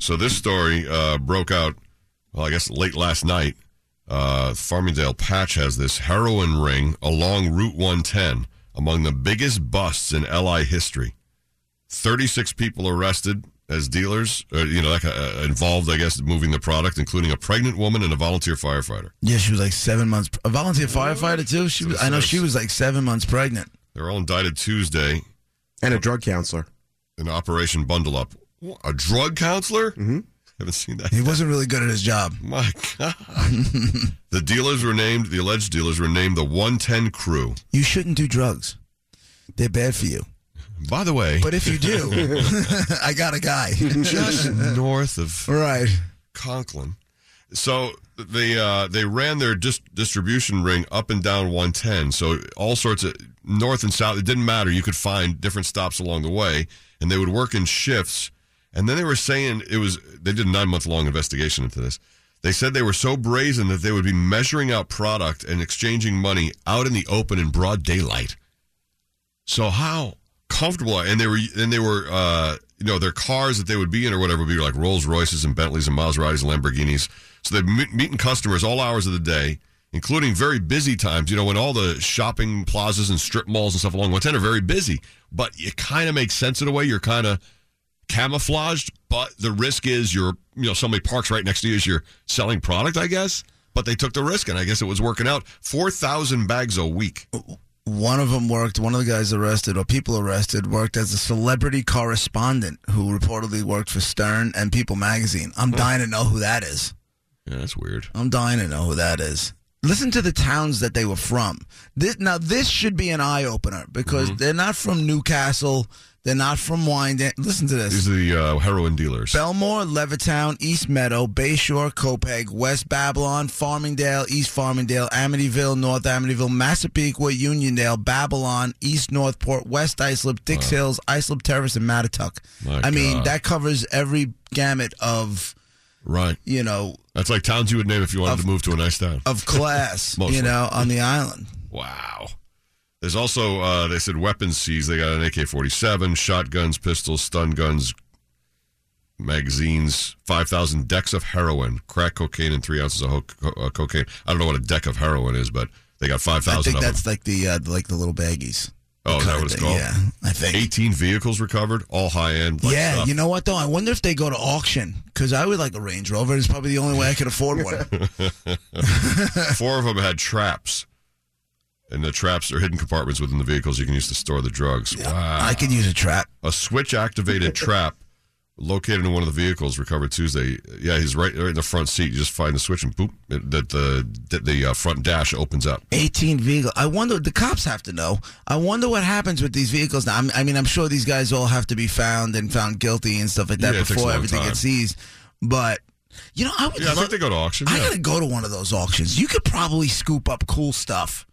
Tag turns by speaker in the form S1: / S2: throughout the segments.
S1: So this story uh, broke out, well, I guess late last night. Uh, Farmingdale Patch has this heroin ring along Route 110 among the biggest busts in LI history. 36 people arrested as dealers, uh, you know, like, uh, involved, I guess, moving the product, including a pregnant woman and a volunteer firefighter.
S2: Yeah, she was like seven months. A volunteer firefighter too. She was. I know she was like seven months pregnant.
S1: They're all indicted Tuesday
S3: and a drug counselor.
S1: in Operation Bundle Up. A drug counselor? Mm-hmm. Haven't seen that.
S2: He wasn't really good at his job.
S1: My God. the dealers were named, the alleged dealers were named the 110 crew.
S2: You shouldn't do drugs. They're bad for you.
S1: By the way,
S2: But if you do, I got a guy.
S1: just north of
S2: right.
S1: Conklin. So they uh, they ran their dis- distribution ring up and down 110. So all sorts of north and south. It didn't matter. You could find different stops along the way, and they would work in shifts. And then they were saying it was. They did a nine month long investigation into this. They said they were so brazen that they would be measuring out product and exchanging money out in the open in broad daylight. So how comfortable and they were and they were uh you know their cars that they would be in or whatever would be like Rolls Royces and Bentleys and Maseratis and Lamborghinis. So they're meet, meeting customers all hours of the day, including very busy times. You know when all the shopping plazas and strip malls and stuff along 110 are very busy, but it kind of makes sense in a way. You're kind of camouflaged, but the risk is you're you know somebody parks right next to you as you're selling product, I guess. But they took the risk, and I guess it was working out. Four thousand bags a week.
S2: One of them worked. One of the guys arrested or people arrested worked as a celebrity correspondent who reportedly worked for Stern and People magazine. I'm dying to know who that is.
S1: Yeah, that's weird.
S2: I'm dying to know who that is. Listen to the towns that they were from. This, now, this should be an eye opener because
S1: Mm-hmm.
S2: they're not from Newcastle. They're not from Wyandotte. Listen to this.
S1: These are the uh, heroin dealers.
S2: Belmore, Levittown, East Meadow, Bayshore, Copeg, West Babylon, Farmingdale, East Farmingdale, Amityville, North Amityville, Massapequa, Uniondale, Babylon, East Northport, West Islip, Dix Hills, Islip Terrace, and Mattatuck.
S1: My
S2: I mean,
S1: God.
S2: that covers every gamut of,
S1: Right.
S2: you know,
S1: That's like towns you would name if you wanted
S2: Of-
S1: to move to a nice town.
S2: of class,
S1: Mostly.
S2: you know, on the island.
S1: Wow. There's also, uh, they said weapons seized. They got an AK 47, shotguns, pistols, stun guns, magazines, 5,000 decks of heroin, crack cocaine, and three ounces of ho- co- uh, cocaine. I don't know what a deck of heroin is, but they got
S2: I
S1: 5,000
S2: think
S1: of them.
S2: that's like the uh, like the little baggies.
S1: Oh, is that what it's called?
S2: Yeah, I think.
S1: 18 vehicles recovered, all high end.
S2: yeah, you know what though? I wonder if they go to auction because I would like a Range Rover. It's probably the only way I could afford one.
S1: Four of them had traps. And the traps are hidden compartments within the vehicles you can use to store the drugs. Wow.
S2: I could use a trap.
S1: a switch activated trap located in one of the vehicles recovered Tuesday. Yeah, he's right, right in the front seat. You just find the switch and boop, it, that the that the uh, front dash opens up.
S2: 18 vehicle. I wonder. The cops have to know. I wonder what happens with these vehicles now. I'm, I mean, I'm sure these guys all have to be found and found guilty and stuff like that
S1: Yeah, it takes a
S2: before
S1: long
S2: everything
S1: time.
S2: gets seized. But you know, I would.
S1: Yeah, I
S2: love-
S1: think they go to auction.
S2: I
S1: yeah.
S2: gotta go to one of those auctions. You could probably scoop up cool stuff.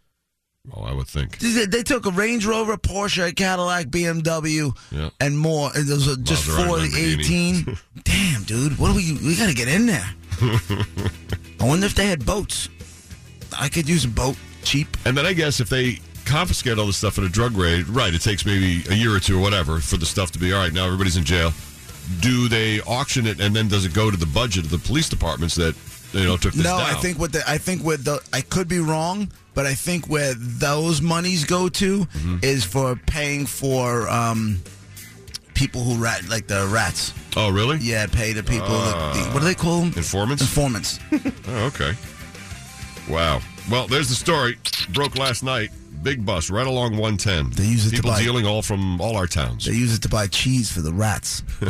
S1: oh, I would think.
S2: They they took a Range Rover, a Porsche, a Cadillac, BMW,
S1: Yeah.
S2: and more. And those are just
S1: Maserati,
S2: four to
S1: Lamborghini.
S2: eighteen. Damn, dude, what do we? We gotta get in there. I wonder if they had boats. I could use a boat, cheap.
S1: And then I guess if they confiscate all the stuff in a drug raid, right, it takes maybe a year or two or whatever for the stuff to be all right. Now everybody's in jail. Do they auction it and then does it go to the budget of the police departments that you know took this
S2: no, I
S1: down?
S2: think what the I think where the I could be wrong, but I think where those monies go to
S1: Mm-hmm.
S2: is for paying for um, people who rat like the rats.
S1: Oh, really?
S2: Yeah, pay the people. the- the- what do they call them?
S1: Ah. Informants.
S2: Informants.
S1: Oh, okay. Wow. Well, there's the story. Broke last night. Big bus right along 110.
S2: They use it to
S1: People
S2: buy-
S1: dealing all from all our towns.
S2: they use it to buy cheese for the rats.
S1: Uh,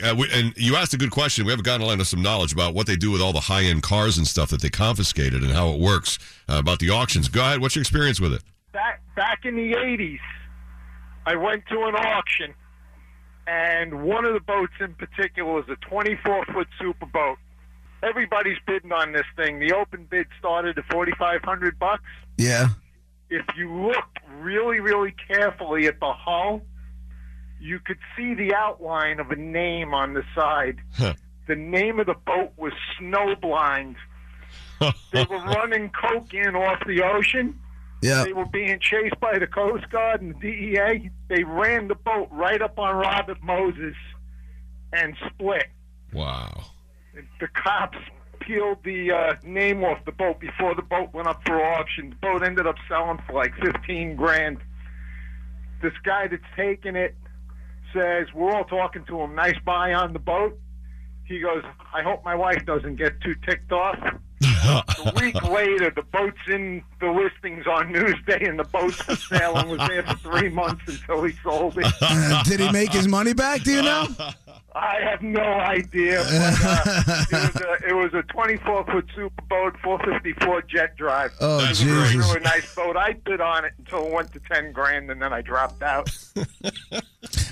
S1: uh, we- and you asked a good question. We haven't gotten a lot of some knowledge about what they do with all the high end cars and stuff that they confiscated and how it works uh, about the auctions. Go ahead. What's your experience with it?
S4: back back in the eighties, I went to an auction, and one of the boats in particular was a twenty-four foot super boat. Everybody's bidding on this thing. The open bid started at forty-five hundred bucks.
S2: Yeah.
S4: If you looked really, really carefully at the hull, you could see the outline of a name on the side.
S1: Huh.
S4: The name of the boat was Snowblind. they were running coke in off the ocean.
S2: Yeah.
S4: They were being chased by the Coast Guard and the E DEA. They ran the boat right up on Robert Moses and split.
S1: Wow.
S4: The cops peeled the uh, name off the boat before the boat went up for auction. The boat ended up selling for like 15 grand. This guy that's taking it says, We're all talking to him. Nice buy on the boat. He goes, I hope my wife doesn't get too ticked off. A week later, the boat's in the listings on Newsday, and the boat's for sale and was there for three months until he sold it.
S2: Uh, Did he make his money back? Do you know?
S4: I have no idea. But, uh, it, was a, it was a 24 foot super boat, 454 jet drive.
S2: Oh,
S1: That's
S4: It was a
S2: Jesus.
S4: really nice boat. I bid on it until it went to 10 grand, and then I dropped out.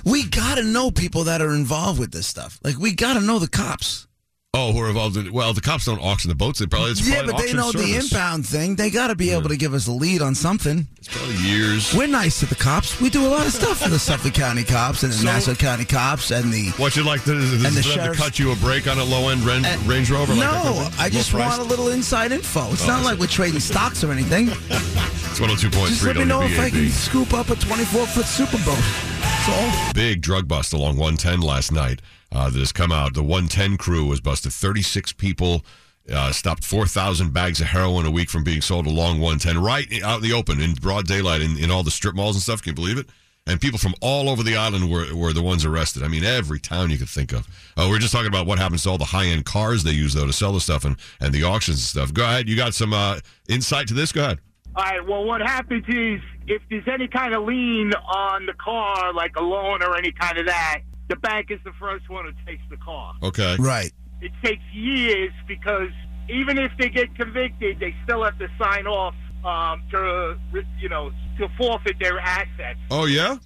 S2: We got to know people that are involved with this stuff. Like, we got to know the cops.
S1: Oh, who are involved in Well, the cops don't auction the boats. They probably, it's
S2: yeah,
S1: probably
S2: but they
S1: an auction
S2: know the
S1: service.
S2: impound thing. They got to be able to give us a lead on something.
S1: It's probably years.
S2: We're nice to the cops. We do a lot of stuff for the Suffolk County cops and the Nassau County cops and the.
S1: What you'd like to, to,
S2: the
S1: to
S2: sheriff's-
S1: cut you a break on a low end Ren-
S2: and-
S1: Range Rover? like that kind
S2: No,
S1: of thing?
S2: I just
S1: Low
S2: want a
S1: priced?
S2: little inside info. It's
S1: Oh, I
S2: not like
S1: see.
S2: we're trading stocks or anything.
S1: It's 102.3
S2: Just let me know if I can
S1: WBAB.
S2: scoop up a 24 foot Super Bowl. That's all.
S1: big drug bust along 110 last night uh, that has come out. The 110 crew was busted. 36 people uh, stopped 4,000 bags of heroin a week from being sold along 110, right i- out in the open, in broad daylight, in, in all the strip malls and stuff. Can you believe it? And people from all over the island were, were the ones arrested. I mean, every town you could think of. Uh, we are just talking about what happens to all the high end cars they use, though, to sell the stuff and, and the auctions and stuff. Go ahead. You got some uh, insight to this? Go ahead.
S5: All right. Well, what happens is if there's any kind of lien on the car, like a loan or any kind of that, the bank is the first one who takes the car.
S1: Okay.
S2: Right.
S5: It takes years because even if they get convicted, they still have to sign off um, to uh, you know to forfeit their assets.
S1: Oh, yeah?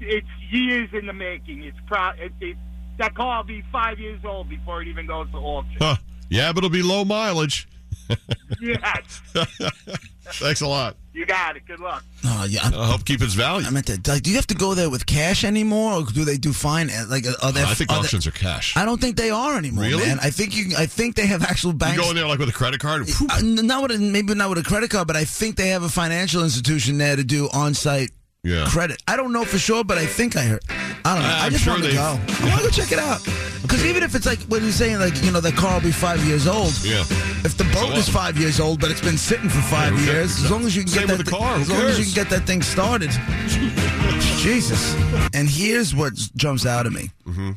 S5: It's years in the making. It's pro. It, it, that car will be five years old before it even goes to auction.
S1: Huh. Yeah, but it'll be low mileage.
S5: yes,
S1: Thanks a lot.
S5: you got it. Good luck.
S2: Oh, yeah.
S1: I'll help keep its value.
S2: I meant to. Like, do you have to go there with cash anymore, or do they do fine? uh, Like, are there,
S1: I think
S2: are there-
S1: auctions are cash.
S2: I don't think they are anymore,
S1: Really?
S2: man. I think you. I think they have actual
S1: you
S2: banks.
S1: go in there like with a credit card. whoop.
S2: Uh, not with a, maybe not with a credit card, but I think they have a financial institution there to do on-site
S1: Yeah.
S2: credit. I don't know for sure, but I think I heard. I don't know.
S1: I-
S2: I
S1: Uh, I'm
S2: just
S1: sure
S2: want to
S1: they-
S2: go. I want to go check it out. Because even if it's like what you're saying, like you know, the car will be five years old.
S1: Yeah.
S2: If the
S1: So
S2: boat is
S1: what?
S2: five years old, but it's been sitting for five
S1: who cares?
S2: years, as long as you can
S1: Same
S2: get that
S1: with the
S2: thi-
S1: car, who
S2: as long as you
S1: cares?
S2: can get that thing started. Jesus. And here's what jumps out at me.
S1: Mm-hmm.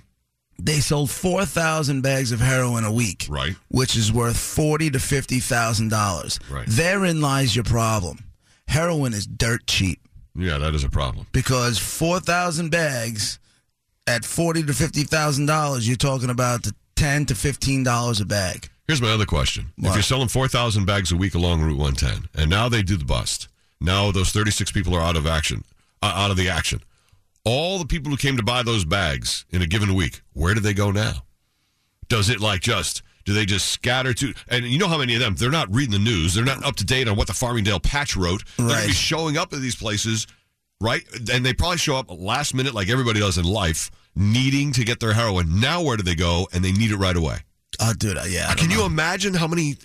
S2: They sold four thousand bags of heroin a week,
S1: Right.
S2: Which is worth forty to fifty thousand dollars.
S1: Right.
S2: Therein lies your problem. Heroin is dirt cheap
S1: Yeah, that is a problem.
S2: because four thousand bags at forty to fifty thousand dollars, you're talking about the ten to fifteen dollars a bag.
S1: Here's my other question. If
S2: What?
S1: you're selling 4,000 bags a week along Route 110, and now they do the bust, now those 36 people are out of action, uh, out of the action. All the people who came to buy those bags in a given week, where do they go now? Does it like just, do they just scatter to, and you know how many of them, they're not reading the news. They're not up to date on what the Farmingdale patch wrote. They're going to be
S2: Right.
S1: showing up at these places, right? And they probably show up last minute like everybody does in life, needing to get their heroin. Now where do they go? And they need it right away.
S2: Oh, dude, I- yeah. I
S1: Can
S2: don't
S1: you imagine how many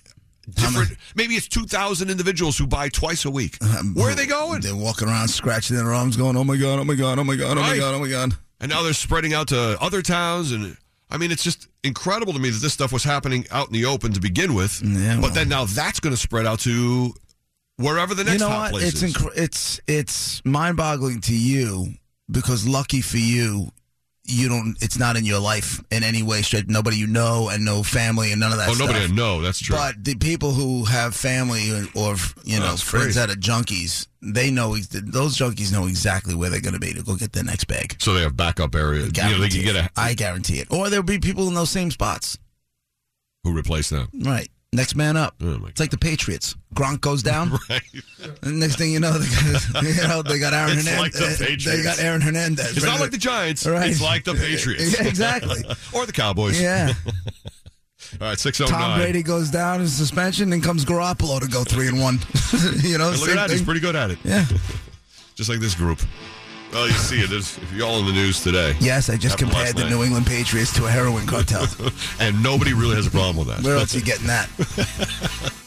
S1: different? Maybe it's two thousand individuals who buy twice a week.
S2: Uh-huh.
S1: Where are they
S2: know.
S1: going?
S2: They're walking around scratching their arms, going, "Oh my god, oh my god, oh my god, oh my
S1: Right.
S2: god, oh my god."
S1: And now they're spreading out to other towns, and I mean, it's just incredible to me that this stuff was happening out in the open to begin with.
S2: Yeah, well.
S1: But then now that's going to spread out to wherever the next
S2: you know
S1: hot
S2: what?
S1: place
S2: It's
S1: is.
S2: incre- it's it's mind-boggling to you because lucky for you, you don't. It's not in your life in any way. Straight, nobody you know and no family and none of that.
S1: oh,
S2: stuff.
S1: nobody I know. That's true.
S2: But the people who have family or- or you know
S1: it's
S2: friends
S1: crazy.
S2: that are junkies, they know ex- those junkies know exactly where they're going to be to go get their next bag.
S1: so they have backup areas. You know, they can
S2: Guarantee
S1: get a
S2: it. I guarantee it. Or there'll be people in those same spots.
S1: who replace them.
S2: Right. Next man up.
S1: Oh, my
S2: it's like the Patriots. Gronk goes down.
S1: Right.
S2: and next thing you know, they got, you know, they got Aaron
S1: It's like
S2: Hernandez.
S1: the Patriots.
S2: They got Aaron Hernandez.
S1: It's not like the Giants.
S2: Right.
S1: It's like the Patriots Oh,
S2: Yeah, exactly.
S1: or the Cowboys.
S2: Yeah.
S1: All right, six oh nine.
S2: Tom Brady goes down in suspension, then comes Garoppolo to go three and one. you know,
S1: Look
S2: same
S1: at that. He's
S2: thing.
S1: pretty good at it.
S2: yeah.
S1: just like this group. Well, you see it. There's, if you're all in the news today,
S2: Yes, I just
S1: Happened
S2: compared
S1: last
S2: the
S1: night.
S2: New England Patriots to a heroin cartel.
S1: and nobody really has a problem with that.
S2: Where else are you getting that?